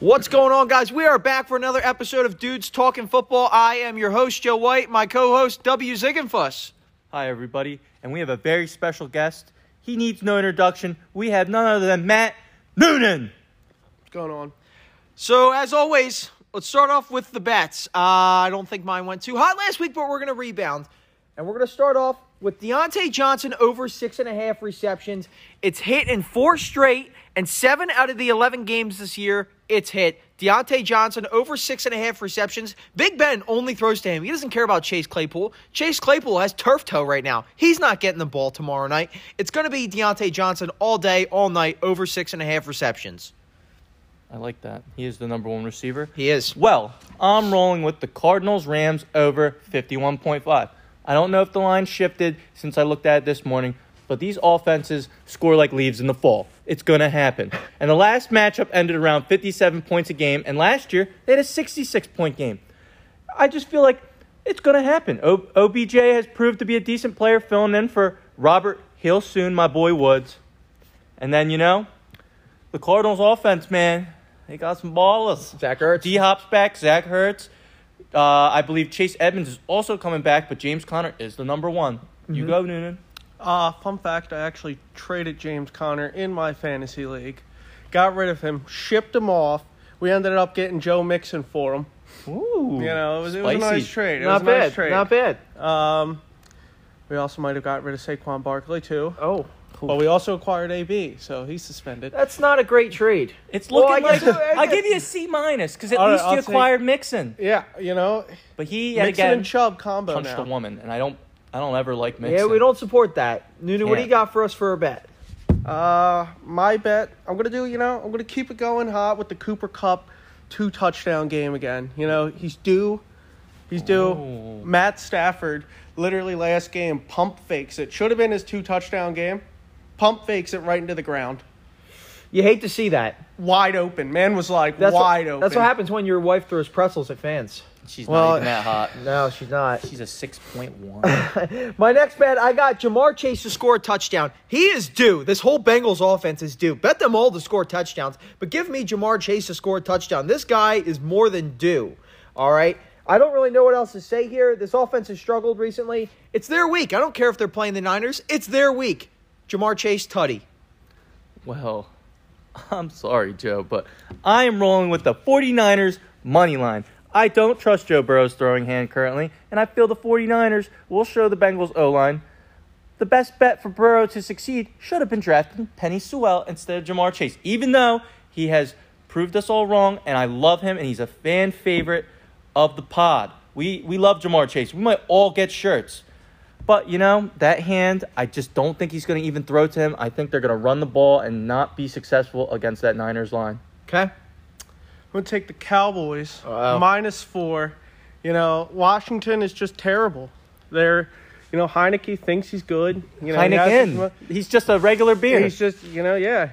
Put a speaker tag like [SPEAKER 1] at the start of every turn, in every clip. [SPEAKER 1] What's going on, guys? We are back for another episode of Dudes Talking Football. I am your host, Joe White, my co host, W. Ziggenfuss.
[SPEAKER 2] Hi, everybody, and we have a very special guest. He needs no introduction. We have none other than Matt Noonan.
[SPEAKER 3] What's going on?
[SPEAKER 1] So, as always, let's start off with the bets. Uh, I don't think mine went too hot last week, but we're going to rebound. And we're going to start off with Deontay Johnson over six and a half receptions. It's hit in four straight, and seven out of the 11 games this year, it's hit. Deontay Johnson over six and a half receptions. Big Ben only throws to him. He doesn't care about Chase Claypool. Chase Claypool has turf toe right now. He's not getting the ball tomorrow night. It's going to be Deontay Johnson all day, all night, over six and a half receptions.
[SPEAKER 2] I like that. He is the number one receiver.
[SPEAKER 1] He is.
[SPEAKER 2] Well, I'm rolling with the Cardinals Rams over 51.5. I don't know if the line shifted since I looked at it this morning, but these offenses score like leaves in the fall. It's going to happen. And the last matchup ended around 57 points a game, and last year they had a 66 point game. I just feel like it's going to happen. O- OBJ has proved to be a decent player filling in for Robert Hill soon, my boy Woods. And then, you know, the Cardinals offense, man, they got some ballers.
[SPEAKER 1] Zach Ertz.
[SPEAKER 2] D Hop's back. Zach Hurts. Uh, I believe Chase Edmonds is also coming back, but James Conner is the number one.
[SPEAKER 3] Mm-hmm.
[SPEAKER 2] You go, Noonan.
[SPEAKER 3] Uh, fun fact I actually traded James Conner in my fantasy league, got rid of him, shipped him off. We ended up getting Joe Mixon for him.
[SPEAKER 2] Ooh.
[SPEAKER 3] You know, it was, it was a
[SPEAKER 2] Spicy.
[SPEAKER 3] nice trade. It
[SPEAKER 1] not
[SPEAKER 3] was a
[SPEAKER 1] bad.
[SPEAKER 3] nice trade.
[SPEAKER 1] Not bad.
[SPEAKER 3] Um, we also might have got rid of Saquon Barkley, too.
[SPEAKER 1] Oh,
[SPEAKER 3] But we also acquired AB, so he's suspended.
[SPEAKER 1] that's not a great trade.
[SPEAKER 2] It's
[SPEAKER 1] Well,
[SPEAKER 2] looking
[SPEAKER 1] I guess-
[SPEAKER 2] like
[SPEAKER 1] I
[SPEAKER 2] I
[SPEAKER 1] guess-
[SPEAKER 2] give you a C minus because at
[SPEAKER 3] All right,
[SPEAKER 2] least
[SPEAKER 3] I'll
[SPEAKER 2] you
[SPEAKER 3] take-
[SPEAKER 2] acquired Mixon,
[SPEAKER 3] Yeah, you know,
[SPEAKER 2] but he yet
[SPEAKER 3] Mixon
[SPEAKER 2] again
[SPEAKER 3] and Chubb combo
[SPEAKER 2] punched
[SPEAKER 3] now.
[SPEAKER 2] a woman, and I don't, I don't ever like Mixon.
[SPEAKER 1] Yeah, we don't support that. Nunu, what do
[SPEAKER 2] Yeah.
[SPEAKER 1] you got for us for a bet?
[SPEAKER 3] Uh, my bet. I'm gonna do. You know, I'm gonna keep it going hot with the Cooper Cup two touchdown game again. You know, he's due. He's due.
[SPEAKER 2] Ooh.
[SPEAKER 3] Matt Stafford literally last game pump fakes it. Should have been his two touchdown game. Pump fakes it right into the ground,
[SPEAKER 1] You hate to see that.
[SPEAKER 3] wide open. Man was like
[SPEAKER 1] That's
[SPEAKER 3] wide
[SPEAKER 1] what,
[SPEAKER 3] open.
[SPEAKER 1] That's what happens when your wife throws pretzels at fans.
[SPEAKER 2] She's
[SPEAKER 3] Well-
[SPEAKER 2] not even that hot.
[SPEAKER 1] No, she's not.
[SPEAKER 2] She's a six point one.
[SPEAKER 1] My next bet, I got Jamar Chase to score a touchdown. He is due. This whole Bengals offense is due. Bet them all to score touchdowns, but give me Jamar Chase to score a touchdown. This guy is more than due. All right. I don't really know what else to say here. This offense has struggled recently. It's their week. I don't care if they're playing the Niners. It's their week. Jamar Chase, tutty.
[SPEAKER 2] well, I'm sorry, Joe, but I am rolling with the 49ers money line. I don't trust Joe Burrow's throwing hand currently, and I feel the 49ers will show the Bengals O line. The best bet for Burrow to succeed should have been drafting Penny Sewell instead of Jamar Chase, even though he has proved us all wrong, and I love him, and he's a fan favorite of the pod. We, we love Jamar Chase. We might all get shirts. But you know, that hand, I just don't think he's going to even throw to him. I think they're going to run the ball and not be successful against that Niners line.
[SPEAKER 1] Okay.
[SPEAKER 3] I'm gonna take the Cowboys
[SPEAKER 1] Wow.
[SPEAKER 3] minus four. You know, Washington is just terrible. They're, you know, Heineke thinks he's good. You know, he has his mo-
[SPEAKER 2] Heineken, he's just a regular beer.
[SPEAKER 3] He's just, you know, yeah,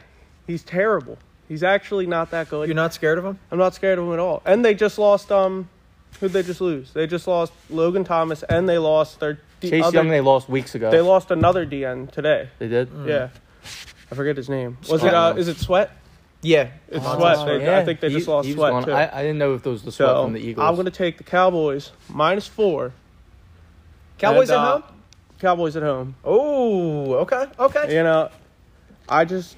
[SPEAKER 3] he's terrible. He's actually not that good.
[SPEAKER 1] You're not scared of him?
[SPEAKER 3] I'm not scared of him at all. And they just lost. Um, who they just lose? They just lost Logan Thomas, and they lost their D-
[SPEAKER 2] Chase
[SPEAKER 3] other-
[SPEAKER 2] Young, they lost Hmm. weeks ago.
[SPEAKER 3] they lost another DN today.
[SPEAKER 2] They did?
[SPEAKER 3] Yeah, I forget his name. Was
[SPEAKER 2] Scott
[SPEAKER 3] it? Uh,
[SPEAKER 2] Long.
[SPEAKER 3] is it Sweat?
[SPEAKER 1] Yeah.
[SPEAKER 3] It's
[SPEAKER 1] Devontae
[SPEAKER 3] Sweat.
[SPEAKER 1] Sweat.
[SPEAKER 3] They, I think they
[SPEAKER 2] Oh, Mm. He-
[SPEAKER 3] just lost
[SPEAKER 2] he was
[SPEAKER 3] Sweat
[SPEAKER 2] gone.
[SPEAKER 3] too.
[SPEAKER 2] I, I didn't know if there was the sweat
[SPEAKER 3] so
[SPEAKER 2] from the Eagles.
[SPEAKER 3] I'm gonna take the Cowboys minus four.
[SPEAKER 1] Cowboys
[SPEAKER 3] And,
[SPEAKER 1] at
[SPEAKER 3] uh,
[SPEAKER 1] home?
[SPEAKER 3] Cowboys at home.
[SPEAKER 1] Oh, okay. Okay.
[SPEAKER 3] You know, I just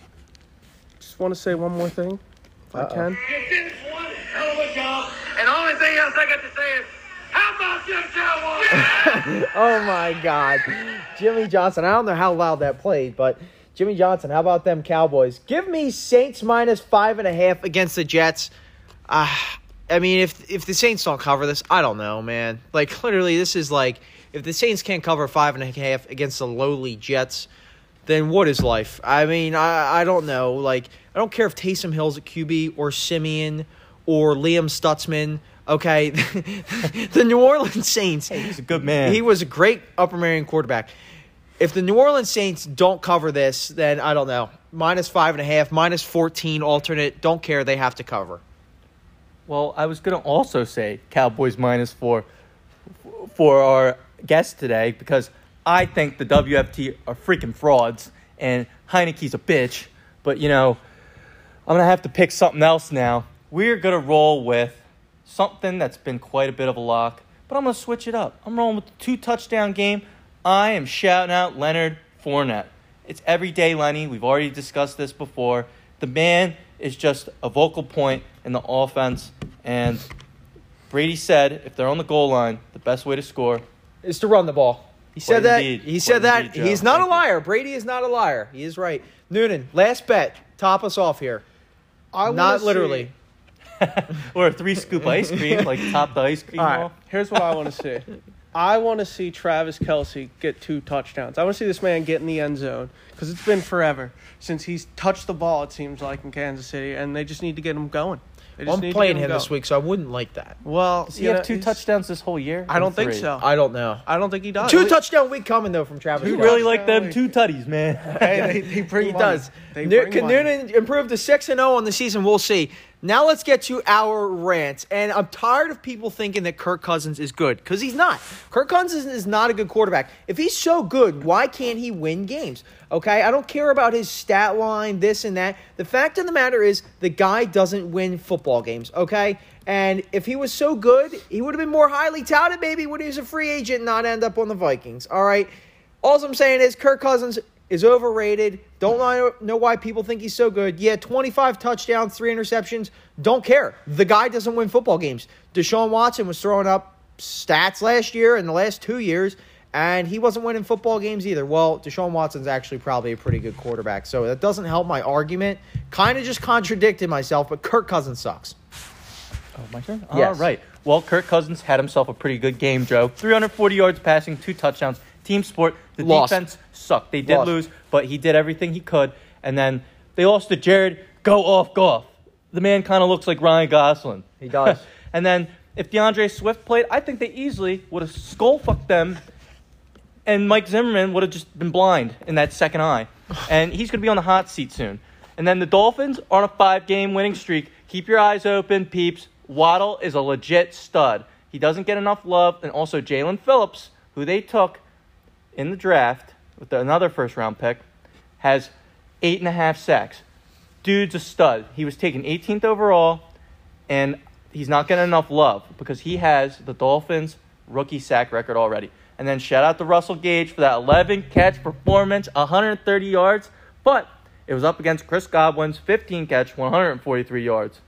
[SPEAKER 3] just want to say one more thing, if I can.
[SPEAKER 4] You did one hell of a job, and the only thing else I got to say is, how about them Cowboys?
[SPEAKER 1] Oh my God, Jimmy Johnson. I don't know how loud that played, but Jimmy Johnson. How about them Cowboys? Give me Saints minus five and a half against the Jets. Uh, I mean, if if the Saints don't cover this, I don't know, man. Like literally, this is like if the Saints can't cover five and a half against the lowly Jets, then what is life? I mean, I I don't know. Like I don't care if Taysom Hill's at QB or Simeon or Liam Stutzman. Okay, the New Orleans Saints.
[SPEAKER 2] he's a good man.
[SPEAKER 1] He was a great Upper Marion quarterback. If the New Orleans Saints don't cover this, then I don't know. Minus five and a half, minus 14 alternate. Don't care. They have to cover.
[SPEAKER 2] Well, I was gonna also say Cowboys minus four for our guest today because I think the WFT are freaking frauds and Heineke's a bitch. But you know, I'm gonna have to pick something else now. We're going to roll with something that's been quite a bit of a lock, but I'm going to switch it up. I'm rolling with the two touchdown game. I am shouting out Leonard Fournette. It's everyday Lenny. We've already discussed this before. The man is just a vocal point in the offense. And Brady said if they're on the goal line, the best way to score
[SPEAKER 1] Is to run the ball. He said
[SPEAKER 2] Quite
[SPEAKER 1] that.
[SPEAKER 2] indeed.
[SPEAKER 1] He
[SPEAKER 2] Quite
[SPEAKER 1] said that.
[SPEAKER 2] indeed, Joe.
[SPEAKER 1] He's not a
[SPEAKER 2] Thank you.
[SPEAKER 1] liar. Brady is not a liar. He is right. Noonan, last bet. Top us off here.
[SPEAKER 3] I wanna
[SPEAKER 1] Not
[SPEAKER 3] see-
[SPEAKER 1] literally.
[SPEAKER 2] or a three scoop ice cream, like top the ice cream
[SPEAKER 3] All right,
[SPEAKER 2] off.
[SPEAKER 3] here's what I want to see. I want to see Travis Kelsey get two touchdowns. I want to see this man get in the end zone because it's been forever since he's touched the ball. It seems like in Kansas City, and they just need to get him going. They just
[SPEAKER 1] Well,
[SPEAKER 3] need
[SPEAKER 1] I'm
[SPEAKER 3] to
[SPEAKER 1] playing
[SPEAKER 3] get
[SPEAKER 1] him this
[SPEAKER 3] going.
[SPEAKER 1] week, so I wouldn't like that.
[SPEAKER 3] Well,
[SPEAKER 2] Does he
[SPEAKER 3] you
[SPEAKER 2] have
[SPEAKER 3] know,
[SPEAKER 2] two
[SPEAKER 3] he's-
[SPEAKER 2] touchdowns this whole year?
[SPEAKER 3] I
[SPEAKER 2] Or
[SPEAKER 3] don't think
[SPEAKER 2] three?
[SPEAKER 3] so.
[SPEAKER 1] I don't know.
[SPEAKER 3] I don't think he does.
[SPEAKER 1] Two touchdown week coming though from Travis.
[SPEAKER 3] Two
[SPEAKER 2] You
[SPEAKER 1] Kelce.
[SPEAKER 2] really like them
[SPEAKER 3] Touchdown.
[SPEAKER 2] two tutties, man.
[SPEAKER 3] Hey, they, they bring
[SPEAKER 1] He
[SPEAKER 3] money.
[SPEAKER 1] does.
[SPEAKER 3] They
[SPEAKER 1] Nu-
[SPEAKER 3] bring
[SPEAKER 1] can
[SPEAKER 3] money.
[SPEAKER 1] Noonan improve to six and zero on the season? We'll see. Now let's get to our rant, and I'm tired of people thinking that Kirk Cousins is good because he's not. Kirk Cousins is not a good quarterback. If he's so good, why can't he win games? Okay, I don't care about his stat line, this and that. The fact of the matter is, the guy doesn't win football games. Okay, and if he was so good, he would have been more highly touted maybe when he was a free agent, and not end up on the Vikings. All right. All I'm saying is Kirk Cousins is overrated. Don't know- know why people think he's so good. Yeah, 25 touchdowns, three interceptions. Don't care. The guy doesn't win football games. Deshaun Watson was throwing up stats last year and the last two years, and he wasn't winning football games either. Well, Deshaun Watson's actually probably a pretty good quarterback, so that doesn't help my argument. Kind of just contradicted myself, but Kirk Cousins sucks.
[SPEAKER 2] Oh, my turn?
[SPEAKER 1] Yes.
[SPEAKER 2] All right. Well, Kirk Cousins had himself a pretty good game, Joe. 340 yards passing, two touchdowns. Team sport. The
[SPEAKER 1] Lost.
[SPEAKER 2] defense sucked. They did
[SPEAKER 1] Lost.
[SPEAKER 2] lose, but he did everything he could. And then they lost to Jared. Go off, Goff. The man kind of looks like Ryan Gosling.
[SPEAKER 1] He does.
[SPEAKER 2] and then if DeAndre Swift played, I think they easily would have skull fucked them and Mike Zimmerman would have just been blind in that second eye. And he's going to be on the hot seat soon. And then the Dolphins are on a five game winning streak. Keep your eyes open, peeps. Waddle is a legit stud. He doesn't get enough love. And also, Jalen Phillips, who they took in the draft with another first round pick, has eight and a half sacks. Dude's a stud. He was taken 18th overall, and he's not getting enough love because he has the Dolphins' rookie sack record already. And then shout out to Russell Gage for that 11 catch performance, 130 yards, but it was up against Chris Godwin's 15 catch, 143 yards.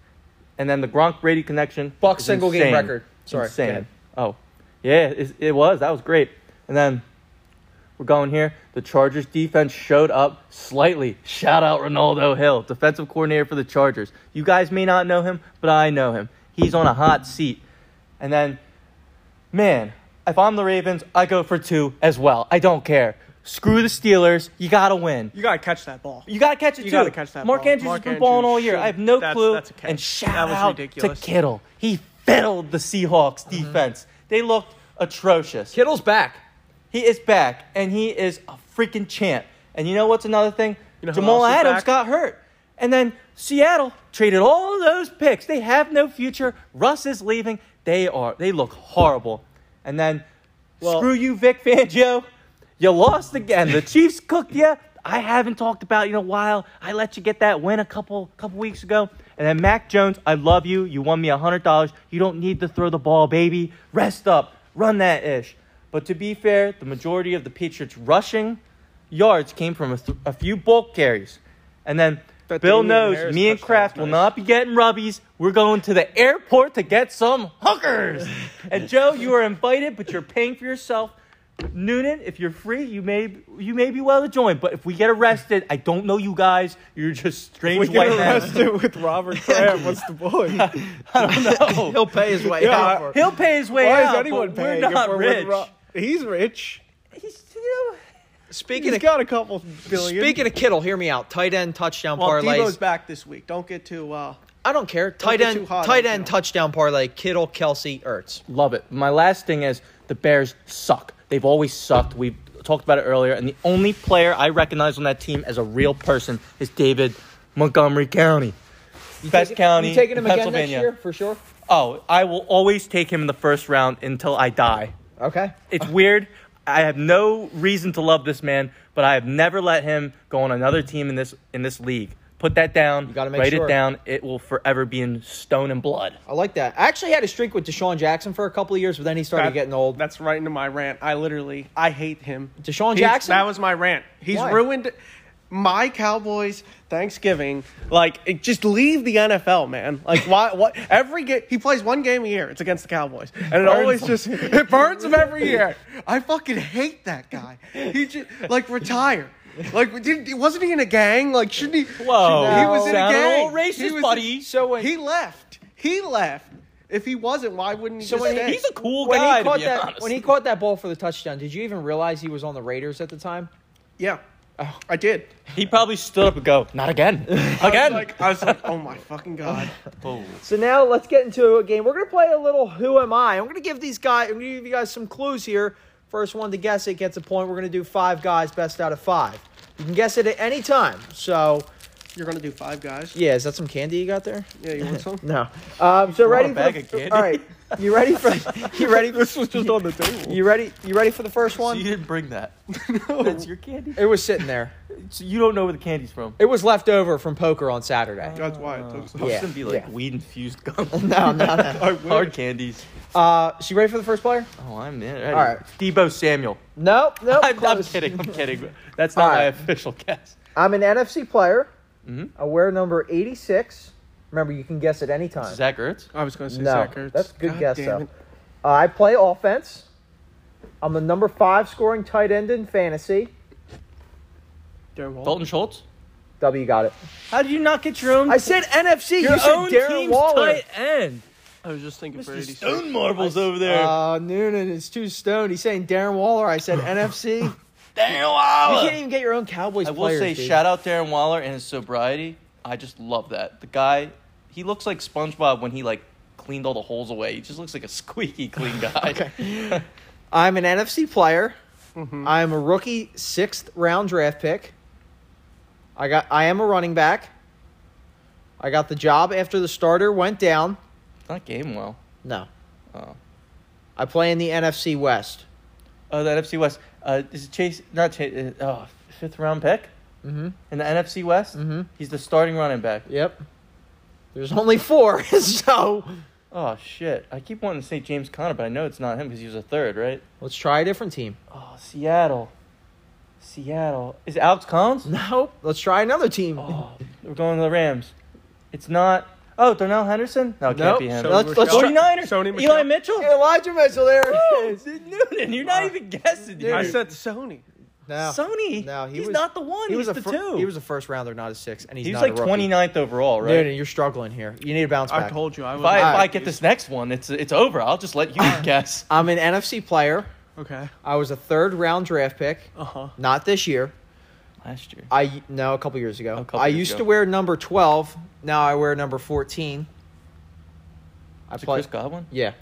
[SPEAKER 2] And then the Gronk Brady connection.
[SPEAKER 1] Buck
[SPEAKER 2] is
[SPEAKER 1] single game
[SPEAKER 2] insane.
[SPEAKER 1] record. Sorry, go ahead.
[SPEAKER 2] Insane. Oh, yeah, it, it was. That was great. And then we're going here. The Chargers defense showed up slightly. Shout out Ronaldo Hill, defensive coordinator for the Chargers. You guys may not know him, but I know him. He's on a hot seat. And then, man, if I'm the Ravens, I go for two as well. I don't care. Screw the Steelers. You gotta win.
[SPEAKER 3] You gotta catch that ball.
[SPEAKER 2] You gotta catch it
[SPEAKER 3] You
[SPEAKER 2] too.
[SPEAKER 3] gotta catch that
[SPEAKER 2] Mark
[SPEAKER 3] ball.
[SPEAKER 2] Andrews
[SPEAKER 3] Mark
[SPEAKER 2] has been balling
[SPEAKER 3] Andrews
[SPEAKER 2] all year.
[SPEAKER 3] should-
[SPEAKER 2] I have no
[SPEAKER 3] that's-
[SPEAKER 2] clue.
[SPEAKER 3] that's a catch.
[SPEAKER 2] And shout
[SPEAKER 3] That was
[SPEAKER 2] out
[SPEAKER 3] ridiculous.
[SPEAKER 2] to Kittle. He fiddled the Seahawks defense. They looked atrocious.
[SPEAKER 1] Kittle's back.
[SPEAKER 2] He is back, and he is a freaking champ. And you know what's another thing?
[SPEAKER 3] know who
[SPEAKER 2] Jamal
[SPEAKER 3] else is
[SPEAKER 2] Adams
[SPEAKER 3] back?
[SPEAKER 2] got hurt. And then Seattle traded all of those picks. They have no future. Russ is leaving. They are. They look horrible. And then, screw you, Vic Fangio. You lost again. The Chiefs cooked you. I haven't talked about you in a while. I let you get that win a couple couple weeks ago. And then Mac Jones, I love you. You won me hundred dollars. You don't need to throw the ball, baby. Rest up. Run that ish. But to be fair, the majority of the Patriots rushing yards came from a, th- a few bulk carries. And then
[SPEAKER 3] That
[SPEAKER 2] Bill
[SPEAKER 3] Damian
[SPEAKER 2] knows
[SPEAKER 3] Harris
[SPEAKER 2] me and
[SPEAKER 3] touchdown
[SPEAKER 2] Kraft
[SPEAKER 3] was
[SPEAKER 2] will
[SPEAKER 3] nice.
[SPEAKER 2] not be getting rubbies. We're going to the airport to get some hookers. and Joe, you are invited, but you're paying for yourself. Noonan, if you're free, you may you may be well to join. But if we get arrested, I don't know you guys. You're just strange
[SPEAKER 3] We
[SPEAKER 2] white
[SPEAKER 3] get
[SPEAKER 2] men.
[SPEAKER 3] arrested with Robert Kraft. What's the point?
[SPEAKER 2] I don't know.
[SPEAKER 1] He'll pay his way
[SPEAKER 3] Oh. Yeah,
[SPEAKER 1] out. for-
[SPEAKER 2] He'll pay his way
[SPEAKER 3] Why
[SPEAKER 2] out.
[SPEAKER 3] is anyone
[SPEAKER 2] but
[SPEAKER 3] paying?
[SPEAKER 2] We're
[SPEAKER 3] if
[SPEAKER 2] not
[SPEAKER 3] we're with
[SPEAKER 2] rich.
[SPEAKER 3] Ro- He's rich.
[SPEAKER 2] He's, you know,
[SPEAKER 1] Speaking
[SPEAKER 3] He's
[SPEAKER 1] of
[SPEAKER 3] got a couple billion.
[SPEAKER 1] Speaking of Kittle, hear me out. Tight end touchdown
[SPEAKER 3] well, Debo's
[SPEAKER 1] parlays.
[SPEAKER 3] back this week. Don't get too. Uh,
[SPEAKER 1] I don't care. Tight
[SPEAKER 3] get
[SPEAKER 1] end,
[SPEAKER 3] too hot
[SPEAKER 1] tight
[SPEAKER 3] on
[SPEAKER 1] end
[SPEAKER 3] Kittle.
[SPEAKER 1] touchdown parlay. Kittle, Kelsey, Ertz.
[SPEAKER 2] Love it. My last thing is the Bears suck. They've always sucked. We talked about it earlier, and the only player I recognize on that team as a real person is David Montgomery County. Best county in Pennsylvania.
[SPEAKER 1] for sure?
[SPEAKER 2] Oh, I will always take him in the first round until I die.
[SPEAKER 1] Okay.
[SPEAKER 2] It's weird. I have no reason to love this man, but I have never let him go on another team in this in this league. Put that down.
[SPEAKER 1] You gotta make
[SPEAKER 2] Write
[SPEAKER 1] sure.
[SPEAKER 2] it down. It will forever be in stone and blood.
[SPEAKER 1] I like that. I actually had a streak with Deshaun Jackson for a couple of years, but then he started
[SPEAKER 3] That-
[SPEAKER 1] getting old.
[SPEAKER 3] That's right into my rant. I literally, I hate him.
[SPEAKER 1] Deshaun
[SPEAKER 3] He's-
[SPEAKER 1] Jackson?
[SPEAKER 3] That was my rant. He's
[SPEAKER 1] Why?
[SPEAKER 3] ruined my Cowboys Thanksgiving. Like, it, just leave the NFL, man. Like, why? What? Every game he plays one game a year. It's against the Cowboys, and it always just it burns him every year. I fucking hate that guy. He just like retire. Like, did, wasn't he in a gang? Like, shouldn't he?
[SPEAKER 2] Whoa.
[SPEAKER 3] he was in a
[SPEAKER 2] Sound a
[SPEAKER 3] gang.
[SPEAKER 2] little racist,
[SPEAKER 3] He was-
[SPEAKER 2] buddy.
[SPEAKER 1] So when-
[SPEAKER 3] he left. He left. If he wasn't, why wouldn't he?
[SPEAKER 1] So
[SPEAKER 3] just
[SPEAKER 1] when
[SPEAKER 3] stay?
[SPEAKER 1] he-
[SPEAKER 2] He's a cool
[SPEAKER 1] when
[SPEAKER 2] guy.
[SPEAKER 1] he
[SPEAKER 2] to
[SPEAKER 1] caught
[SPEAKER 2] be
[SPEAKER 1] that
[SPEAKER 2] honest.
[SPEAKER 1] when he caught that ball for the touchdown, did you even realize he was on the Raiders at the time?
[SPEAKER 3] Yeah, I did.
[SPEAKER 2] He probably stood up and go, not again, again.
[SPEAKER 3] Like I was like, oh my fucking god.
[SPEAKER 2] Boom.
[SPEAKER 1] So now let's get into a game. We're gonna play a little Who Am I? I'm gonna give these guys. I'm gonna give you guys some clues here. First one to guess it gets a point. We're gonna do five guys best out of five. You can guess it at any time. So
[SPEAKER 3] You're gonna do five guys.
[SPEAKER 1] yeah, is that some candy you got there?
[SPEAKER 3] Yeah, you want some?
[SPEAKER 1] No. Um, so ready
[SPEAKER 2] a
[SPEAKER 1] for
[SPEAKER 2] bag
[SPEAKER 1] the,
[SPEAKER 2] of candy?
[SPEAKER 1] all right. You ready for you ready? For,
[SPEAKER 3] was just on the table.
[SPEAKER 1] you ready? You ready for the first
[SPEAKER 2] So you
[SPEAKER 1] one?
[SPEAKER 2] didn't bring that. That's your candy.
[SPEAKER 1] It was sitting there.
[SPEAKER 2] So you don't know where the candy's from.
[SPEAKER 1] It was left over from poker on Saturday.
[SPEAKER 3] That's why it took so
[SPEAKER 2] It's
[SPEAKER 1] Yeah,
[SPEAKER 2] gonna be like
[SPEAKER 1] yeah.
[SPEAKER 2] weed infused gum.
[SPEAKER 1] No, Oh, no, no.
[SPEAKER 3] I will.
[SPEAKER 2] Hard candies.
[SPEAKER 1] Um, Uh, so you ready for the first player?
[SPEAKER 2] Oh, I'm in. All
[SPEAKER 1] right.
[SPEAKER 2] right. Debo Samuel.
[SPEAKER 1] Nope, nope.
[SPEAKER 2] I'm, I'm
[SPEAKER 1] close.
[SPEAKER 2] kidding. I'm kidding. That's not
[SPEAKER 1] All
[SPEAKER 2] my
[SPEAKER 1] right.
[SPEAKER 2] official guess.
[SPEAKER 1] I'm an NFC player.
[SPEAKER 2] Mhm.
[SPEAKER 3] Mm-hmm.
[SPEAKER 1] I wear number 86. Remember, you can guess at any time.
[SPEAKER 2] Zach Ertz.
[SPEAKER 3] I was gonna say
[SPEAKER 1] no,
[SPEAKER 3] Zach Ertz.
[SPEAKER 1] that's a good
[SPEAKER 3] God
[SPEAKER 1] guess
[SPEAKER 3] damn
[SPEAKER 1] though.
[SPEAKER 3] it.
[SPEAKER 1] Uh, I play offense. I'm the number five scoring tight end in fantasy.
[SPEAKER 3] Darren Waller.
[SPEAKER 2] Dalton Schultz.
[SPEAKER 1] W got it.
[SPEAKER 2] How did you not get your own?
[SPEAKER 1] I said NFC.
[SPEAKER 2] your
[SPEAKER 1] you said
[SPEAKER 2] own
[SPEAKER 1] Darren
[SPEAKER 2] team's
[SPEAKER 1] Waller.
[SPEAKER 2] tight end.
[SPEAKER 3] I was just thinking for
[SPEAKER 2] Mr.
[SPEAKER 3] 86.
[SPEAKER 2] Stone Marbles over there.
[SPEAKER 1] Uh, Noonan is too stoned. He's saying Darren Waller. I said NFC. You
[SPEAKER 2] Darren Waller.
[SPEAKER 1] can't even get your own Cowboys
[SPEAKER 2] Uh, I will
[SPEAKER 1] players.
[SPEAKER 2] say,
[SPEAKER 1] dude.
[SPEAKER 2] shout out Darren Waller and his sobriety. I just love that. The guy, he looks like SpongeBob when he like cleaned all the holes away. He just looks like a squeaky clean guy.
[SPEAKER 1] I'm an NFC player.
[SPEAKER 2] Mm-hmm.
[SPEAKER 1] I'm a rookie sixth round draft pick. I got I am a running back. I got the job after the starter went down.
[SPEAKER 2] Not game well.
[SPEAKER 1] No.
[SPEAKER 2] Oh.
[SPEAKER 1] I play in the NFC West.
[SPEAKER 2] Oh, the NFC West. Uh, is it Chase? Not Chase. Uh, oh, fifth round pick
[SPEAKER 1] Mhm.
[SPEAKER 2] in the NFC West.
[SPEAKER 1] Mhm.
[SPEAKER 2] He's the starting running back.
[SPEAKER 1] Yep. There's only four, so
[SPEAKER 2] Oh shit! I keep wanting to say James Conner, but I know it's not him because he was a third, right?
[SPEAKER 1] let's try a different team.
[SPEAKER 2] Oh, Seattle. Seattle. Is it Alex Collins?
[SPEAKER 1] Nope. Let's try another team.
[SPEAKER 2] Oh, we're going to the Rams. It's not. Oh, Darnell Henderson? No, it can't
[SPEAKER 1] Nope.
[SPEAKER 2] be him.
[SPEAKER 1] So- Let's- let's
[SPEAKER 3] Michelle.
[SPEAKER 1] try-
[SPEAKER 2] 49ers.
[SPEAKER 3] Sony
[SPEAKER 2] Eli
[SPEAKER 3] Michelle.
[SPEAKER 2] Mitchell.
[SPEAKER 1] Elijah Mitchell, there it is.
[SPEAKER 2] Noonan, you're not even guessing. Dude.
[SPEAKER 3] I said Sony.
[SPEAKER 1] No.
[SPEAKER 2] Sony.
[SPEAKER 1] No, he
[SPEAKER 2] he's
[SPEAKER 1] was-
[SPEAKER 2] not the one.
[SPEAKER 1] he was
[SPEAKER 2] he's
[SPEAKER 1] a
[SPEAKER 2] the
[SPEAKER 1] fir-
[SPEAKER 2] two.
[SPEAKER 1] He was a first rounder, not a sixth, and he's,
[SPEAKER 2] He's
[SPEAKER 1] not
[SPEAKER 2] like
[SPEAKER 1] a rookie.
[SPEAKER 2] 29th overall, right?
[SPEAKER 1] Noonan, you're struggling here. You need to bounce back.
[SPEAKER 3] I told you I was.
[SPEAKER 2] If I, if I
[SPEAKER 1] Alright.
[SPEAKER 2] get this next one, it's it's over. I'll just let you guess.
[SPEAKER 1] I'm an NFC player.
[SPEAKER 3] Okay.
[SPEAKER 1] I was a third round draft pick.
[SPEAKER 3] Uh huh.
[SPEAKER 1] Not this year.
[SPEAKER 2] Last year.
[SPEAKER 1] I no, a couple years ago.
[SPEAKER 2] A couple
[SPEAKER 1] I
[SPEAKER 2] years
[SPEAKER 1] used
[SPEAKER 2] ago.
[SPEAKER 1] to wear number twelve. Now I wear number fourteen. I
[SPEAKER 2] Is it
[SPEAKER 1] play.
[SPEAKER 2] Chris Godwin?
[SPEAKER 1] yeah.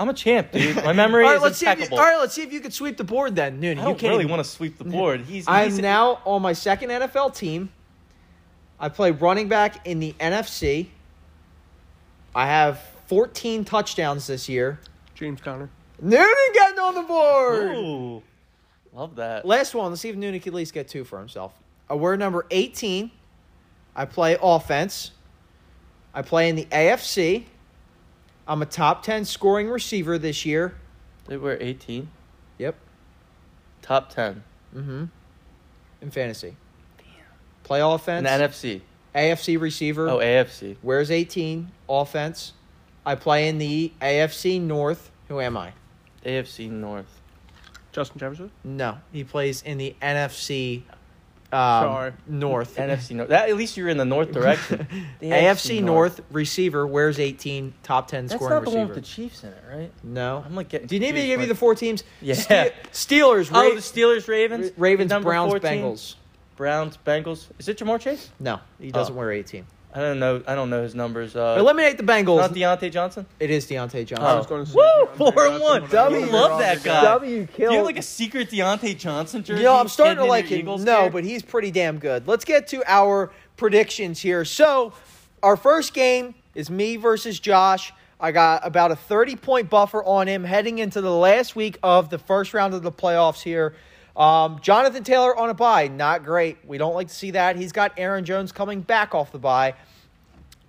[SPEAKER 2] I'm a champ, dude. My memory
[SPEAKER 1] all right,
[SPEAKER 2] is
[SPEAKER 1] let's see. If you,
[SPEAKER 2] impeccable.
[SPEAKER 1] all right, let's see if you can sweep the board then, Noonan.
[SPEAKER 2] I
[SPEAKER 1] You
[SPEAKER 2] don't
[SPEAKER 1] can't.
[SPEAKER 2] really want to sweep the board. He's,
[SPEAKER 1] I'm
[SPEAKER 2] he's
[SPEAKER 1] now on my second NFL team. I play running back in the NFC. I have 14 touchdowns this year.
[SPEAKER 3] James Conner.
[SPEAKER 1] Noonan getting on the board.
[SPEAKER 2] Ooh, love that.
[SPEAKER 1] Last one. Let's see if Noonan can at least get two for himself. Uh, we're number 18. I play offense. I play in the AFC. I'm a top 10 scoring receiver this year.
[SPEAKER 2] They were 18,
[SPEAKER 1] Yep.
[SPEAKER 2] top 10
[SPEAKER 1] Mm-hmm. In fantasy. Play offense.
[SPEAKER 2] in the NFC.
[SPEAKER 1] AFC receiver.
[SPEAKER 2] Oh, AFC.
[SPEAKER 1] Where's 18? Offense. I play in the AFC North. Who am I?
[SPEAKER 2] AFC North.
[SPEAKER 3] Justin Jefferson.
[SPEAKER 1] No. He plays in the NFC um,
[SPEAKER 3] Sorry.
[SPEAKER 1] North.
[SPEAKER 2] NFC North. That, at least you're in the North direction. The
[SPEAKER 1] AFC North receiver wears 18 top 10
[SPEAKER 2] That's
[SPEAKER 1] scoring
[SPEAKER 2] not the
[SPEAKER 1] receiver.
[SPEAKER 2] one with the Chiefs in it, right?
[SPEAKER 1] no.
[SPEAKER 2] I'm like getting.
[SPEAKER 1] Do you need me to
[SPEAKER 2] confused,
[SPEAKER 1] give you the
[SPEAKER 2] like-
[SPEAKER 1] four teams?
[SPEAKER 2] Yeah.
[SPEAKER 1] Steelers,
[SPEAKER 2] Oh,
[SPEAKER 1] Ra-
[SPEAKER 2] the Steelers, Ravens,
[SPEAKER 1] Ravens,
[SPEAKER 2] number
[SPEAKER 1] Browns,
[SPEAKER 2] 14.
[SPEAKER 1] Bengals.
[SPEAKER 2] Browns, Bengals. Is it Jamar Chase?
[SPEAKER 1] No, he doesn't
[SPEAKER 2] Oh.
[SPEAKER 1] wear 18.
[SPEAKER 2] I don't know. I don't know his numbers. Uh,
[SPEAKER 1] Eliminate the Bengals.
[SPEAKER 2] not Deontay Johnson.
[SPEAKER 1] it is Deontante Johnson.
[SPEAKER 3] I
[SPEAKER 2] Oh.
[SPEAKER 3] was going to say
[SPEAKER 2] Woo!
[SPEAKER 3] Deontay
[SPEAKER 2] Four and
[SPEAKER 3] Johnson
[SPEAKER 2] one.
[SPEAKER 3] when I
[SPEAKER 2] W-
[SPEAKER 3] was
[SPEAKER 2] love
[SPEAKER 3] wrong
[SPEAKER 2] that
[SPEAKER 3] again.
[SPEAKER 2] guy.
[SPEAKER 1] W
[SPEAKER 2] Do
[SPEAKER 1] killed.
[SPEAKER 2] you have like a secret Deontay Johnson jersey?
[SPEAKER 1] You know, I'm starting to
[SPEAKER 2] hidden in
[SPEAKER 1] like
[SPEAKER 2] your
[SPEAKER 1] him.
[SPEAKER 2] Eagles
[SPEAKER 1] No,
[SPEAKER 2] gear?
[SPEAKER 1] but he's pretty damn good. Let's get to our predictions here. So, our first game is me versus Josh. I got about a 30 point buffer on him heading into the last week of the first round of the playoffs here. Um, Jonathan Taylor on a bye, not great. We don't like to see that. He's got Aaron Jones coming back off the bye.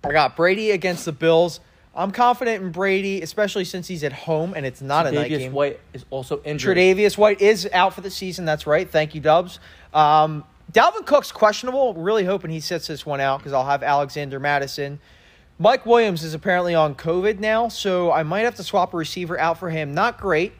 [SPEAKER 1] I got Brady against the Bills. I'm confident in Brady, especially since he's at home and it's not a night
[SPEAKER 2] Davius
[SPEAKER 1] game.
[SPEAKER 2] White is also injured.
[SPEAKER 1] Tre'Davious White is out for the season. That's right. Thank you, Dubs. Um, Dalvin Cook's questionable. Really hoping he sits this one out because I'll have Alexander Madison. Mike Williams is apparently on COVID now, so I might have to swap a receiver out for him. Not great.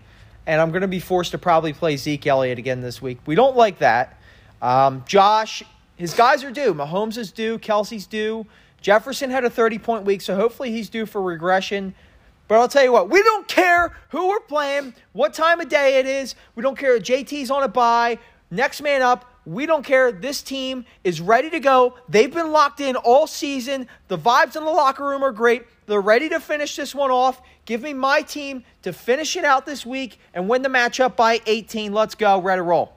[SPEAKER 1] And I'm going to be forced to probably play Zeke Elliott again this week. We don't like that. Um, Josh, his guys are due. Mahomes is due. Kelsey's due. Jefferson had a 30 point week, so hopefully he's due for regression. But I'll tell you what, we don't care who we're playing, what time of day it is. We don't care if JT's on a bye, next man up. We don't care. This team is ready to go. They've been locked in all season. The vibes in the locker room are great. They're ready to finish this one off. Give me my team to finish it out this week and win the matchup by 18. Let's go. Ready to roll.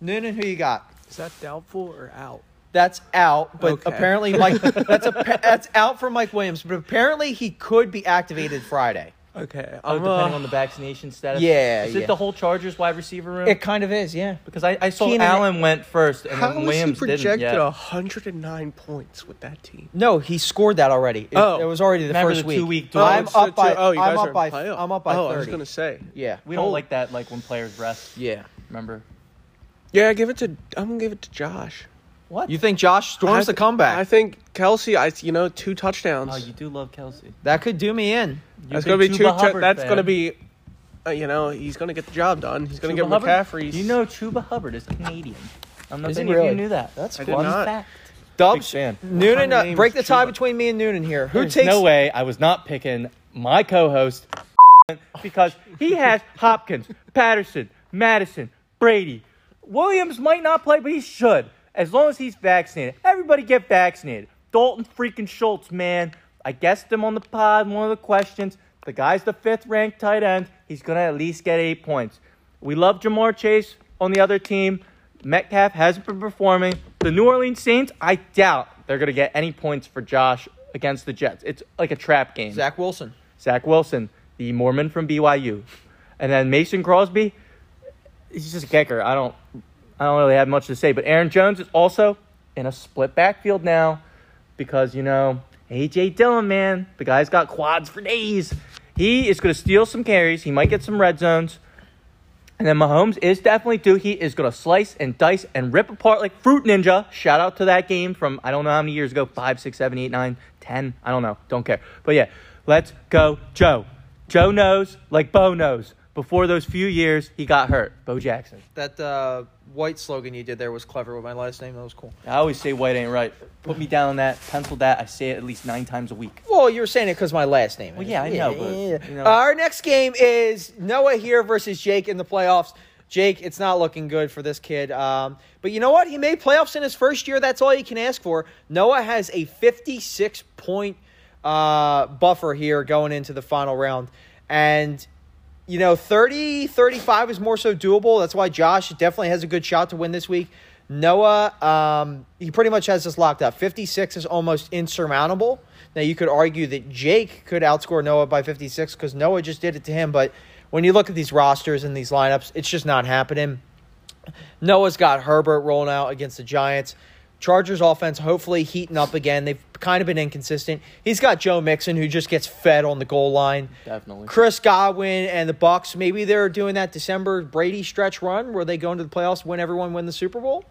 [SPEAKER 1] Noonan, who you got?
[SPEAKER 3] Is that doubtful or out?
[SPEAKER 1] That's out, but
[SPEAKER 3] Okay.
[SPEAKER 1] apparently Mike that's a, that's out for Mike Williams, but apparently he could be activated Friday.
[SPEAKER 3] Okay.
[SPEAKER 2] Oh,
[SPEAKER 3] I'm,
[SPEAKER 2] depending
[SPEAKER 3] uh,
[SPEAKER 2] on the vaccination status.
[SPEAKER 1] Yeah,
[SPEAKER 2] Is
[SPEAKER 1] yeah.
[SPEAKER 2] it the whole Chargers wide receiver room?
[SPEAKER 1] It kind of is, yeah.
[SPEAKER 2] because I, I saw
[SPEAKER 1] Keenan-
[SPEAKER 2] Allen went first and
[SPEAKER 3] How
[SPEAKER 2] then
[SPEAKER 3] was he
[SPEAKER 2] Williams didn't.
[SPEAKER 3] projected
[SPEAKER 2] yet.
[SPEAKER 3] 109 points with that team?
[SPEAKER 1] No, he scored that already. It,
[SPEAKER 3] Oh.
[SPEAKER 1] it was already the
[SPEAKER 2] Remember
[SPEAKER 1] first
[SPEAKER 2] the
[SPEAKER 1] week.
[SPEAKER 2] two-week duel?
[SPEAKER 1] I'm
[SPEAKER 3] it's the
[SPEAKER 1] up by.
[SPEAKER 3] two- oh, you
[SPEAKER 1] I'm
[SPEAKER 3] guys
[SPEAKER 1] up
[SPEAKER 3] are
[SPEAKER 1] by.
[SPEAKER 3] in playoff.
[SPEAKER 1] I'm up by
[SPEAKER 3] oh, I was
[SPEAKER 1] thirty.
[SPEAKER 3] gonna say.
[SPEAKER 1] yeah,
[SPEAKER 2] We don't
[SPEAKER 3] Oh.
[SPEAKER 2] like that, like when players rest.
[SPEAKER 1] yeah.
[SPEAKER 2] Remember?
[SPEAKER 3] Yeah, give it to. I'm gonna give it to Josh.
[SPEAKER 2] What?
[SPEAKER 1] You think Josh
[SPEAKER 3] I
[SPEAKER 1] storms the
[SPEAKER 3] th-
[SPEAKER 1] comeback?
[SPEAKER 3] I think Kelsey. I you know two touchdowns.
[SPEAKER 2] Oh, you do love Kelsey.
[SPEAKER 1] that could do me in.
[SPEAKER 3] that's gonna be two. tou-
[SPEAKER 2] Hubbard
[SPEAKER 3] that's
[SPEAKER 2] fan.
[SPEAKER 3] gonna be. Uh, you know he's gonna get the job done. He's gonna
[SPEAKER 2] Chuba
[SPEAKER 3] get
[SPEAKER 2] Hubbard?
[SPEAKER 3] McCaffrey's.
[SPEAKER 2] You know, Chuba Hubbard is Canadian. I'm not
[SPEAKER 1] Is he
[SPEAKER 2] saying
[SPEAKER 1] really?
[SPEAKER 2] if you knew that.
[SPEAKER 1] That's
[SPEAKER 3] I did
[SPEAKER 1] fun.
[SPEAKER 3] not.
[SPEAKER 2] fact.
[SPEAKER 1] Dubs,
[SPEAKER 2] Big fan.
[SPEAKER 1] Noonan,
[SPEAKER 3] Her
[SPEAKER 1] uh,
[SPEAKER 3] name
[SPEAKER 1] break the
[SPEAKER 3] is
[SPEAKER 1] tie
[SPEAKER 3] Chuba.
[SPEAKER 1] between me and Noonan here. Who
[SPEAKER 2] There's
[SPEAKER 1] takes?
[SPEAKER 2] no way I was not picking my co-host because he has Hopkins, Patterson, Madison, Brady. Williams might not play, but he should as long as he's vaccinated. Everybody get vaccinated. Dalton freaking Schultz, man. I guessed him on the pod. in One of the questions. The guy's the fifth-ranked tight end. He's gonna at least get eight points. We love Jamar Chase on the other team. Metcalf hasn't been performing. The New Orleans Saints, I doubt they're going to get any points for Josh against the Jets. It's like a trap game. Zach,
[SPEAKER 1] Zach Wilson.
[SPEAKER 2] Wilson, the Mormon from BYU, and then Mason Crosby. He's just a kicker. I don't, I don't really have much to say. But Aaron Jones is also in a split backfield now because you know AJ Dillon, man, the guy's got quads for days. He is going to steal some carries. He might get some red zones. And then Mahomes is definitely due. He is going to slice and dice and rip apart like Fruit Ninja. Shout out to that game from I don't know how many years ago five, six, seven, eight, nine, ten. I don't know. Don't care. But yeah, let's go, Joe. Joe knows like Bo knows. Before those few years, he got hurt. Bo Jackson.
[SPEAKER 1] That uh, white slogan you did there was clever with my last name. That was cool.
[SPEAKER 2] I always say white ain't right. Put me down on that. Pencil that. I say it at least nine times a week.
[SPEAKER 1] Well, you were saying it because my last name.
[SPEAKER 2] Well, yeah, I know, but, you know.
[SPEAKER 1] Our next game is Noah here versus Jake in the playoffs. Jake, it's not looking good for this kid. Um, but you know what? He made playoffs in his first year. That's all you can ask for. Noah has a 56 point uh, buffer here going into the final round. And you know 30 35 is more so doable that's why josh definitely has a good shot to win this week noah um, he pretty much has this locked up 56 is almost insurmountable now you could argue that jake could outscore noah by 56 because noah just did it to him but when you look at these rosters and these lineups it's just not happening Noah's got Herbert rolling out against the Giants. Chargers offense hopefully heating up again. They've kind of been inconsistent. He's got Joe Mixon who just gets fed on the goal line.
[SPEAKER 2] Definitely.
[SPEAKER 1] Chris Godwin and the Bucks. Maybe they're doing that December Brady stretch run where they go into the playoffs, win everyone, win the Super Bowl.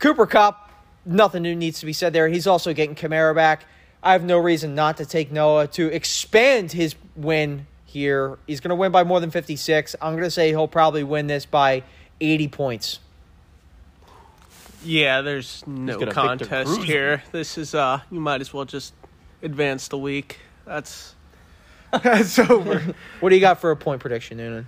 [SPEAKER 1] Cooper Cup, nothing new needs to be said there. He's also getting Kamara back. I have no reason not to take Noah to expand his win here. He's going to win by more than 56. I'm going to say he'll probably win this by 80 points.
[SPEAKER 3] Yeah, there's no
[SPEAKER 2] gonna Victor
[SPEAKER 3] contest
[SPEAKER 2] Cruz.
[SPEAKER 3] here. This is uh, you might as well just advance the week. That's that's over.
[SPEAKER 1] What do you got for a point prediction, Noonan?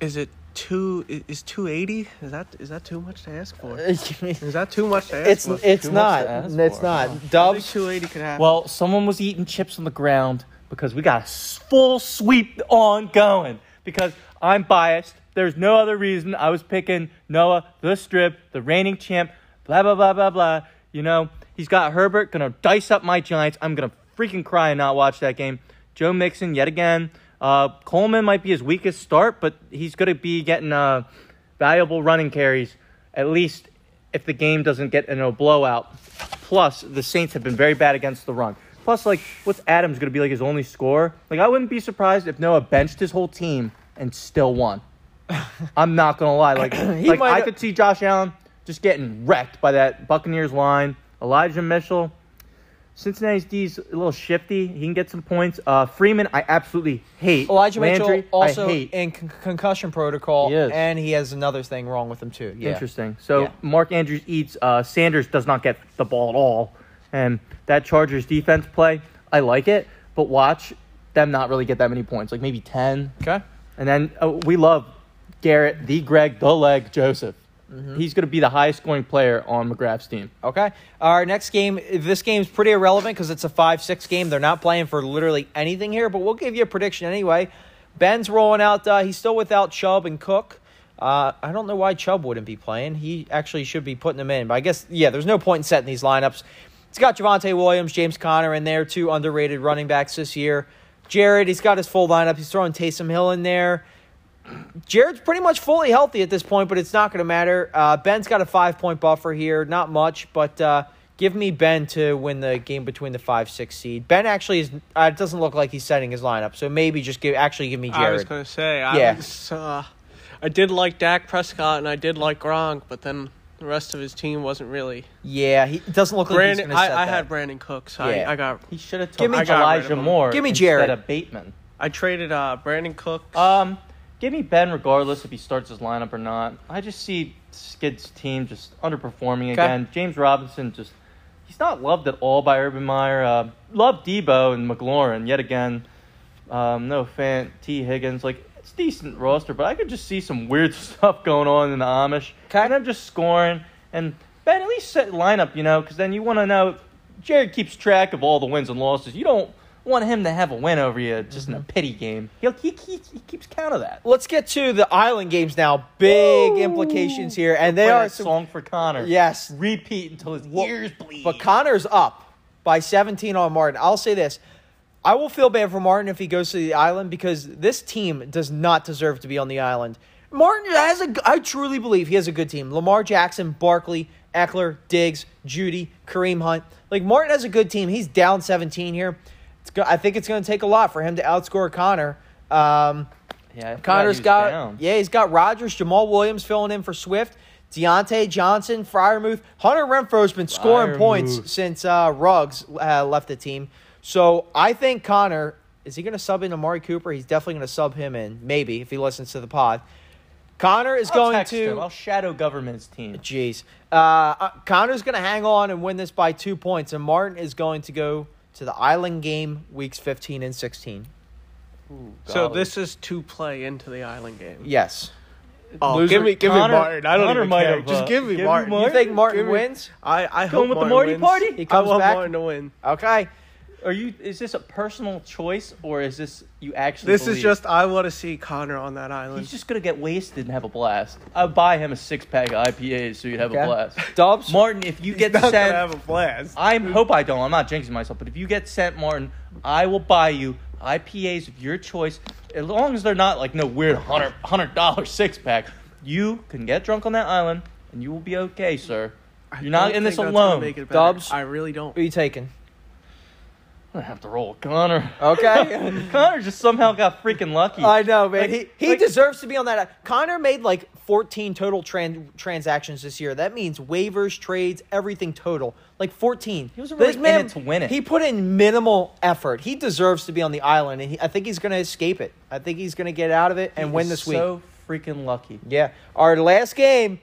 [SPEAKER 3] is it two? i- Is two eighty? Is that is that too much to ask for?
[SPEAKER 2] Uh,
[SPEAKER 1] it's
[SPEAKER 3] Is that too much to ask for?
[SPEAKER 1] it's
[SPEAKER 2] to
[SPEAKER 1] not.
[SPEAKER 2] ask
[SPEAKER 1] It's
[SPEAKER 2] for.
[SPEAKER 1] not.
[SPEAKER 3] I think
[SPEAKER 1] Dubs.
[SPEAKER 3] two eighty could happen.
[SPEAKER 2] Well, someone was eating chips on the ground because we got a s- full sweep on going. Because I'm biased. There's no other reason I was picking Noah, the strip, the reigning champ, blah, blah, blah, blah, blah. You know, he's got Herbert going to dice up my Giants. I'm going to freaking cry and not watch that game. Joe Mixon, yet again. Uh, Coleman might be his weakest start, but he's going to be getting uh, valuable running carries, at least if the game doesn't get in a blowout. Plus, the Saints have been very bad against the run. Plus, like, what's Adams going to be like his only score? Like, I wouldn't be surprised if Noah benched his whole team and still won. I'm not gonna lie. Like, like I
[SPEAKER 1] might-
[SPEAKER 2] could see Josh Allen just getting wrecked by that Buccaneers line. Elijah Mitchell, Cincinnati's D's a little shifty. He can get some points. Uh, Freeman, I absolutely hate.
[SPEAKER 1] Elijah
[SPEAKER 2] Landry,
[SPEAKER 1] Mitchell also
[SPEAKER 2] I hate.
[SPEAKER 1] in con- concussion protocol,
[SPEAKER 2] He is.
[SPEAKER 1] and he has another thing wrong with him too. Yeah.
[SPEAKER 2] Interesting. So
[SPEAKER 1] Yeah.
[SPEAKER 2] Mark Andrews eats. Uh, Sanders does not get the ball at all, and that Chargers defense play, I like it, but watch them not really get that many points. Like maybe ten,
[SPEAKER 1] Okay.
[SPEAKER 2] And then uh, we love Garrett, the Greg, the leg Joseph.
[SPEAKER 1] Mm-hmm.
[SPEAKER 2] He's going to be the highest scoring player on McGrath's team.
[SPEAKER 1] Okay. Our next game, this game's pretty irrelevant because it's a 5 6 game. They're not playing for literally anything here, but we'll give you a prediction anyway. Ben's rolling out. Uh, he's still without Chubb and Cook. Uh, I don't know why Chubb wouldn't be playing. He actually should be putting them in. But I guess, yeah, there's no point in setting these lineups. It's got Javante Williams, James Conner in there, two underrated running backs this year. Jared, he's got his full lineup. He's throwing Taysom Hill in there. Jared's pretty much fully healthy at this point, but it's not going to matter. Uh, Ben's got a five point buffer here. Not much, but uh, give me Ben to win the game between the five six seed. Ben actually is. Uh, it doesn't look like he's setting his lineup, so maybe just give actually give me
[SPEAKER 3] I was
[SPEAKER 1] Jared.
[SPEAKER 3] gonna say, I
[SPEAKER 1] Yeah.
[SPEAKER 3] was, uh, I did like Dak Prescott and I did like Gronk, but then the rest of his team wasn't really.
[SPEAKER 1] yeah, he it doesn't look like he's
[SPEAKER 3] Brandon,
[SPEAKER 1] going to set
[SPEAKER 3] I, I
[SPEAKER 1] that.
[SPEAKER 3] had Brandon Cooks.
[SPEAKER 1] Yeah.
[SPEAKER 3] I, I got,
[SPEAKER 2] He should have
[SPEAKER 1] Give
[SPEAKER 2] taken
[SPEAKER 1] me
[SPEAKER 2] Elijah
[SPEAKER 3] Jared.
[SPEAKER 2] Moore.
[SPEAKER 1] Give me
[SPEAKER 2] instead
[SPEAKER 1] Jared.
[SPEAKER 2] of Bateman.
[SPEAKER 3] I traded uh, Brandon Cooks.
[SPEAKER 2] Um, give me Ben, regardless if he starts his lineup or not. I just see Skid's team just underperforming again. James Robinson just. He's not loved at all by Urban Meyer. Uh, love Debo and McLaurin yet again. Um, no Fant, T. Higgins. Like, it's decent roster, but I could just see some weird stuff going on in the Amish.
[SPEAKER 1] Okay.
[SPEAKER 2] And I'm just scoring. And Ben, at least set lineup, you know, because then you want to know. Jared keeps track of all the wins and losses. You don't want him to have a win over you just
[SPEAKER 3] Mm-hmm.
[SPEAKER 2] in a pity game. He'll, he, he, he keeps count of that.
[SPEAKER 1] Let's get to the island games now. Big
[SPEAKER 2] Ooh.
[SPEAKER 1] implications here, and they
[SPEAKER 2] Play
[SPEAKER 1] are
[SPEAKER 2] that
[SPEAKER 1] some-
[SPEAKER 2] song for Connor.
[SPEAKER 1] yes.
[SPEAKER 2] Repeat until his
[SPEAKER 1] Well,
[SPEAKER 2] ears bleed.
[SPEAKER 1] But Connor's up by 17 on Martin. I'll say this. I will feel bad for Martin if he goes to the island because this team does not deserve to be on the island. Martin has a g- I truly believe he has a good team. Lamar Jackson, Barkley, Eckler, Diggs, Judy, Kareem Hunt. Like Martin has a good team. He's down 17 here. It's go- I think it's going to take a lot for him to outscore Connor. Um,
[SPEAKER 2] yeah, I forgot
[SPEAKER 1] Connor's
[SPEAKER 2] he was
[SPEAKER 1] got
[SPEAKER 2] down.
[SPEAKER 1] yeah, he's got Rodgers, Jamal Williams filling in for Swift, Deontay Johnson, Fryermuth, Hunter Renfro's been scoring
[SPEAKER 2] Fryermuth.
[SPEAKER 1] points since uh, Ruggs uh, left the team. So I think Connor is he going to sub in Amari Cooper? He's definitely going to sub him in, maybe if he listens to the pod. Connor is
[SPEAKER 2] I'll
[SPEAKER 1] going
[SPEAKER 2] text
[SPEAKER 1] to
[SPEAKER 2] him. I'll shadow government's team.
[SPEAKER 1] Jeez. Uh, uh, Connor's going to hang on and win this by two points, and Martin is going to go to the island game weeks 15 and 16.
[SPEAKER 3] so
[SPEAKER 2] golly.
[SPEAKER 3] this is to play into the island game.
[SPEAKER 1] Yes.
[SPEAKER 3] Oh,
[SPEAKER 2] Loser
[SPEAKER 3] give me, give
[SPEAKER 2] Connor-
[SPEAKER 3] me Martin. I don't
[SPEAKER 2] Connor
[SPEAKER 3] even
[SPEAKER 2] might
[SPEAKER 3] care.
[SPEAKER 2] have, uh,
[SPEAKER 3] Just give me
[SPEAKER 2] give me
[SPEAKER 3] Martin.
[SPEAKER 2] Martin.
[SPEAKER 1] You think Martin
[SPEAKER 3] Give me-
[SPEAKER 1] wins?
[SPEAKER 3] I, I hope
[SPEAKER 2] Going with the
[SPEAKER 3] Martin
[SPEAKER 2] Marty
[SPEAKER 3] wins.
[SPEAKER 2] party? He
[SPEAKER 1] comes
[SPEAKER 3] I want
[SPEAKER 1] back.
[SPEAKER 3] Martin to win.
[SPEAKER 1] Okay.
[SPEAKER 2] Are you? Is this a personal choice or is this you actually?
[SPEAKER 3] This is
[SPEAKER 2] believe?
[SPEAKER 3] just I want to see Connor on that island.
[SPEAKER 2] He's just gonna get wasted and have a blast. I'll buy him a six pack of IPAs so you'd have
[SPEAKER 1] Okay.
[SPEAKER 2] a blast.
[SPEAKER 1] Dubs?
[SPEAKER 2] Martin, if you get
[SPEAKER 3] Not gonna
[SPEAKER 2] sent,
[SPEAKER 3] have a blast.
[SPEAKER 2] I hope I don't. I'm not jinxing myself, but if you get sent, Martin, I will buy you IPAs of your choice, as long as they're not like no weird hundred hundred dollar six pack. You can get drunk on that island, and you will be okay, sir.
[SPEAKER 3] I
[SPEAKER 2] You're not
[SPEAKER 3] don't
[SPEAKER 2] in this
[SPEAKER 3] think that's gonna
[SPEAKER 2] alone.
[SPEAKER 3] make it better.
[SPEAKER 1] Dubs?
[SPEAKER 3] I really don't.
[SPEAKER 1] Who are you taking?
[SPEAKER 2] I'm gonna have to roll, Connor.
[SPEAKER 1] Okay.
[SPEAKER 2] Connor just somehow got freaking lucky.
[SPEAKER 1] I know, man.
[SPEAKER 2] Like-
[SPEAKER 1] he he
[SPEAKER 2] like-
[SPEAKER 1] deserves to be on that. Connor made like 14 total tran- transactions this year. That means waivers, trades, everything total. Like 14. He
[SPEAKER 2] wasn't really in it to win it.
[SPEAKER 1] He put in minimal effort. He deserves to be on the island, and he, I think he's going to escape it. I think he's going to get out of it and
[SPEAKER 2] He
[SPEAKER 1] win
[SPEAKER 2] is
[SPEAKER 1] this week.
[SPEAKER 2] So freaking lucky.
[SPEAKER 1] Yeah. Our last game,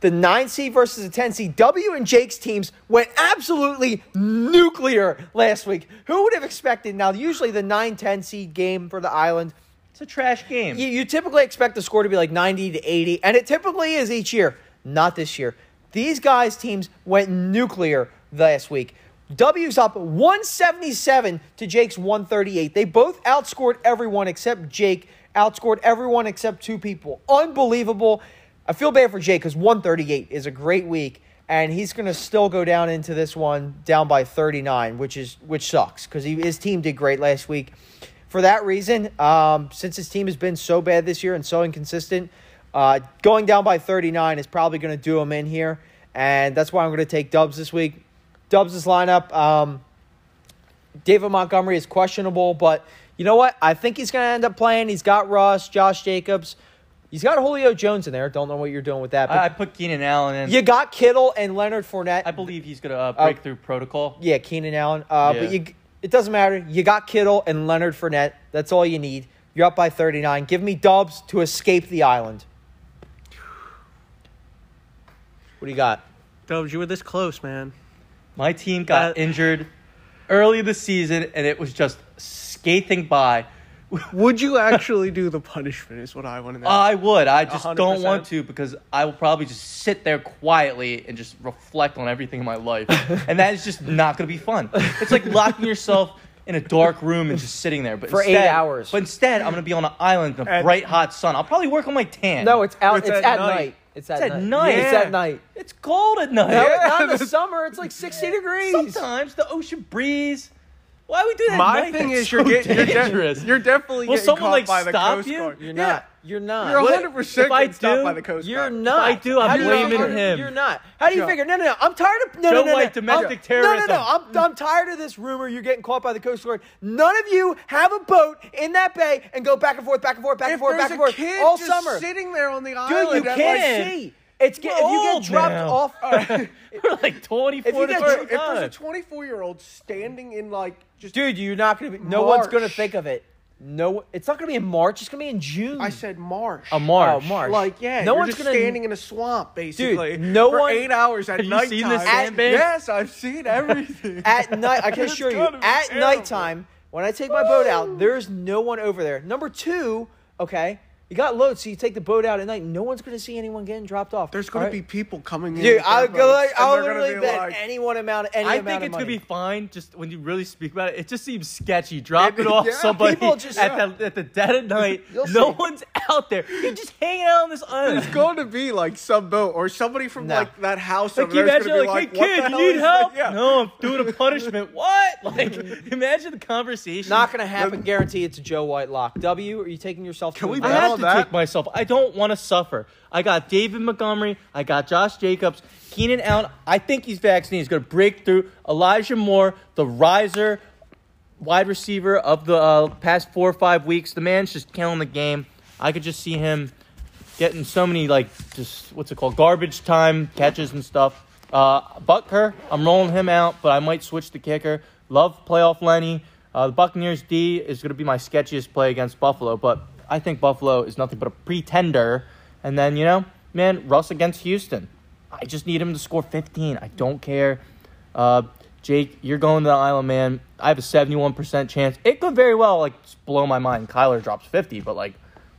[SPEAKER 1] the 9 seed versus the 10 seed. W and Jake's teams went absolutely nuclear last week. Who would have expected? Now, usually the 9 10 seed game for the island,
[SPEAKER 2] It's a trash game.
[SPEAKER 1] you, you typically expect the score to be like 90 to 80, and it typically is each year. Not this year. These guys' teams went nuclear last week. W's up 177 to Jake's 138. They both outscored everyone except Jake, outscored everyone except two people. Unbelievable. I feel bad for Jake because 138 is a great week, and he's going to still go down into this one down by 39, which is which sucks because his team did great last week. for that reason, um, since his team has been so bad this year and so inconsistent, uh, going down by 39 is probably going to do him in here. And that's why I'm going to take Dubs this week. Dubs' this lineup. Um, David Montgomery is questionable, but you know what? I think he's going to end up playing. He's got Russ, Josh Jacobs. He's got Julio Jones in there. Don't know what you're doing with that. But
[SPEAKER 2] I, I put Keenan Allen in.
[SPEAKER 1] you Oh. got Kittle and Leonard Fournette.
[SPEAKER 2] I believe he's going to uh, break through protocol.
[SPEAKER 1] Yeah, Keenan Allen. Uh,
[SPEAKER 2] Yeah.
[SPEAKER 1] But you, it doesn't matter. You got Kittle and Leonard Fournette. That's all you need. You're up by 39. Give me Dubs to escape the island. What do you got?
[SPEAKER 3] Dubs, you were this close, man.
[SPEAKER 2] My team got
[SPEAKER 3] Uh,
[SPEAKER 2] injured early this season, and it was just skating by.
[SPEAKER 3] Would you actually do the punishment? Is what I want to know.
[SPEAKER 2] I would. I just do not
[SPEAKER 3] 100%.
[SPEAKER 2] want to because I will probably just sit there quietly and just reflect on everything in my life. and that is just not going to be fun. It's like locking yourself in a dark room and just sitting there. But
[SPEAKER 1] For eight
[SPEAKER 2] instead-
[SPEAKER 1] hours.
[SPEAKER 2] But instead, I'm going to be on an island in the
[SPEAKER 3] At-
[SPEAKER 2] bright hot sun. I'll probably work on my tan.
[SPEAKER 1] No, it's out. It's,
[SPEAKER 3] It's
[SPEAKER 1] at,
[SPEAKER 3] at
[SPEAKER 1] night.
[SPEAKER 3] night.
[SPEAKER 1] It's at,
[SPEAKER 2] It's at night.
[SPEAKER 1] It's
[SPEAKER 3] Yeah.
[SPEAKER 1] at night.
[SPEAKER 2] it's cold at night.
[SPEAKER 1] No, not in the summer. It's like 60 degrees.
[SPEAKER 2] Sometimes the ocean breeze. Why we do that? at
[SPEAKER 3] My
[SPEAKER 2] night?
[SPEAKER 3] thing
[SPEAKER 2] That's
[SPEAKER 3] is, you're
[SPEAKER 2] so
[SPEAKER 3] getting you're, de-
[SPEAKER 2] dangerous.
[SPEAKER 3] you're definitely
[SPEAKER 2] Will
[SPEAKER 3] getting
[SPEAKER 2] someone,
[SPEAKER 3] caught
[SPEAKER 2] like,
[SPEAKER 3] by the
[SPEAKER 2] stop
[SPEAKER 3] Coast
[SPEAKER 2] you?
[SPEAKER 3] Guard.
[SPEAKER 1] You're
[SPEAKER 3] Yeah.
[SPEAKER 1] not. You're not.
[SPEAKER 3] You're
[SPEAKER 2] What?
[SPEAKER 3] 100 percent
[SPEAKER 2] If I
[SPEAKER 3] getting stopped
[SPEAKER 2] do,
[SPEAKER 3] by the Coast
[SPEAKER 1] You're
[SPEAKER 3] Guard.
[SPEAKER 1] not.
[SPEAKER 2] I do, I'm
[SPEAKER 1] How do you
[SPEAKER 2] blaming
[SPEAKER 1] not-
[SPEAKER 2] him.
[SPEAKER 1] You're not. How do you
[SPEAKER 3] Joe.
[SPEAKER 1] figure? No, no, no. I'm tired of no,
[SPEAKER 2] Joe
[SPEAKER 1] no, no, no.
[SPEAKER 2] White,
[SPEAKER 1] I'm-
[SPEAKER 2] domestic
[SPEAKER 1] No, no,
[SPEAKER 2] terrorism.
[SPEAKER 1] no. I'm, I'm tired of this rumor. You're getting caught by the Coast Guard. None of you have a boat in that bay and go back and forth, back and forth, back and
[SPEAKER 3] If
[SPEAKER 1] forth, back
[SPEAKER 3] there's a
[SPEAKER 1] and forth
[SPEAKER 3] kid
[SPEAKER 1] all
[SPEAKER 3] just
[SPEAKER 1] summer.
[SPEAKER 3] sitting there on the
[SPEAKER 1] Dude, you
[SPEAKER 3] island, I'm like,
[SPEAKER 1] can't see. It's get, if you
[SPEAKER 2] old
[SPEAKER 1] get dropped
[SPEAKER 2] now.
[SPEAKER 1] off.
[SPEAKER 2] We're like 24
[SPEAKER 1] If you
[SPEAKER 2] to
[SPEAKER 1] get-
[SPEAKER 3] Or if there's a
[SPEAKER 2] 35.
[SPEAKER 3] 24 year old standing in like just
[SPEAKER 1] Dude, you're not gonna be. No one's gonna
[SPEAKER 3] March.
[SPEAKER 1] think of it. No, it's not gonna be in March. It's gonna be in June.
[SPEAKER 3] I said marsh.
[SPEAKER 2] a March.
[SPEAKER 1] Oh, March.
[SPEAKER 3] Like yeah,
[SPEAKER 1] no
[SPEAKER 3] you're
[SPEAKER 1] one's
[SPEAKER 3] just
[SPEAKER 1] gonna
[SPEAKER 3] standing in a swamp basically.
[SPEAKER 1] no
[SPEAKER 3] for
[SPEAKER 1] one-
[SPEAKER 3] eight hours at
[SPEAKER 2] Have you
[SPEAKER 3] night.
[SPEAKER 2] seen this sandbank?
[SPEAKER 3] Yes, I've seen everything.
[SPEAKER 1] at night. I can
[SPEAKER 3] It's
[SPEAKER 1] assure you,
[SPEAKER 3] gotta be
[SPEAKER 1] at
[SPEAKER 3] terrible.
[SPEAKER 1] nighttime, when I take my boat out, there's no one over there. Number two, okay, you got loads, so you take the boat out at night. No one's gonna see anyone getting dropped off.
[SPEAKER 3] There's gonna
[SPEAKER 1] All
[SPEAKER 3] be
[SPEAKER 1] right?
[SPEAKER 3] people coming in.
[SPEAKER 1] Dude,
[SPEAKER 3] with
[SPEAKER 1] I'll
[SPEAKER 3] their
[SPEAKER 1] go.
[SPEAKER 3] boats,
[SPEAKER 1] Like,
[SPEAKER 3] and
[SPEAKER 1] I'll
[SPEAKER 3] they're gonna
[SPEAKER 1] literally
[SPEAKER 3] be
[SPEAKER 1] bet
[SPEAKER 3] like-
[SPEAKER 1] anyone amount, any
[SPEAKER 2] I
[SPEAKER 1] amount
[SPEAKER 2] think
[SPEAKER 1] of
[SPEAKER 2] it's
[SPEAKER 1] money.
[SPEAKER 2] gonna be fine. Just when you really speak about it, it just seems sketchy. Drop it
[SPEAKER 3] Yeah,
[SPEAKER 2] off somebody
[SPEAKER 1] people just-
[SPEAKER 2] at, the, at the dead of night. no
[SPEAKER 1] see.
[SPEAKER 2] one's out there. You're just hanging out on this island.
[SPEAKER 3] It's going to be like some boat or somebody from
[SPEAKER 1] No.
[SPEAKER 3] like that house
[SPEAKER 2] Like
[SPEAKER 3] over
[SPEAKER 2] you
[SPEAKER 3] there is
[SPEAKER 2] imagine,
[SPEAKER 3] going to
[SPEAKER 2] like,
[SPEAKER 3] be like,
[SPEAKER 2] hey kid,
[SPEAKER 3] what the hell
[SPEAKER 2] you need
[SPEAKER 3] is
[SPEAKER 2] help?
[SPEAKER 3] That? Yeah.
[SPEAKER 2] No, I'm doing a punishment. what? Like, imagine the conversation.
[SPEAKER 1] not gonna happen. Guarantee it's a Joe White lock. W, are you taking yourself?
[SPEAKER 3] Can
[SPEAKER 1] to
[SPEAKER 3] we
[SPEAKER 1] the
[SPEAKER 2] I
[SPEAKER 1] vet?
[SPEAKER 3] bet
[SPEAKER 2] have
[SPEAKER 3] on
[SPEAKER 2] to
[SPEAKER 3] that.
[SPEAKER 2] take myself. I don't want to suffer. I got David Montgomery. I got Josh Jacobs. Keenan Allen. I think he's vaccinated. He's going to break through. Elijah Moore, the riser wide receiver of the uh, past four or five weeks. The man's just killing the game. I could just see him getting so many like just what's it called garbage time catches and stuff. Uh, Butker, I'm rolling him out, but I might switch the kicker. Love playoff Lenny. Uh, the Buccaneers D is going to be my sketchiest play against Buffalo, but I think Buffalo is nothing but a pretender. And then you know, man, Russ against Houston. I just need him to score 15. I don't care. Uh, Jake, you're going to the island, man. I have a 71% chance. It could very well like blow my mind. Kyler drops 50, but like,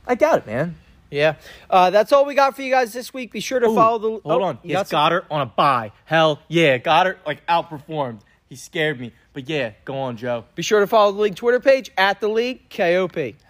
[SPEAKER 2] I doubt it, man.
[SPEAKER 1] Yeah, uh, that's all we got for you guys this week. Be sure to
[SPEAKER 2] Ooh,
[SPEAKER 1] follow the.
[SPEAKER 2] Hold
[SPEAKER 1] oh,
[SPEAKER 2] on.
[SPEAKER 1] you
[SPEAKER 2] He's
[SPEAKER 1] got some-
[SPEAKER 2] Goddard on a buy. Hell yeah. Goddard like outperformed. He scared me. But yeah, go on, Joe.
[SPEAKER 1] Be sure to follow the league Twitter page at the league KOP.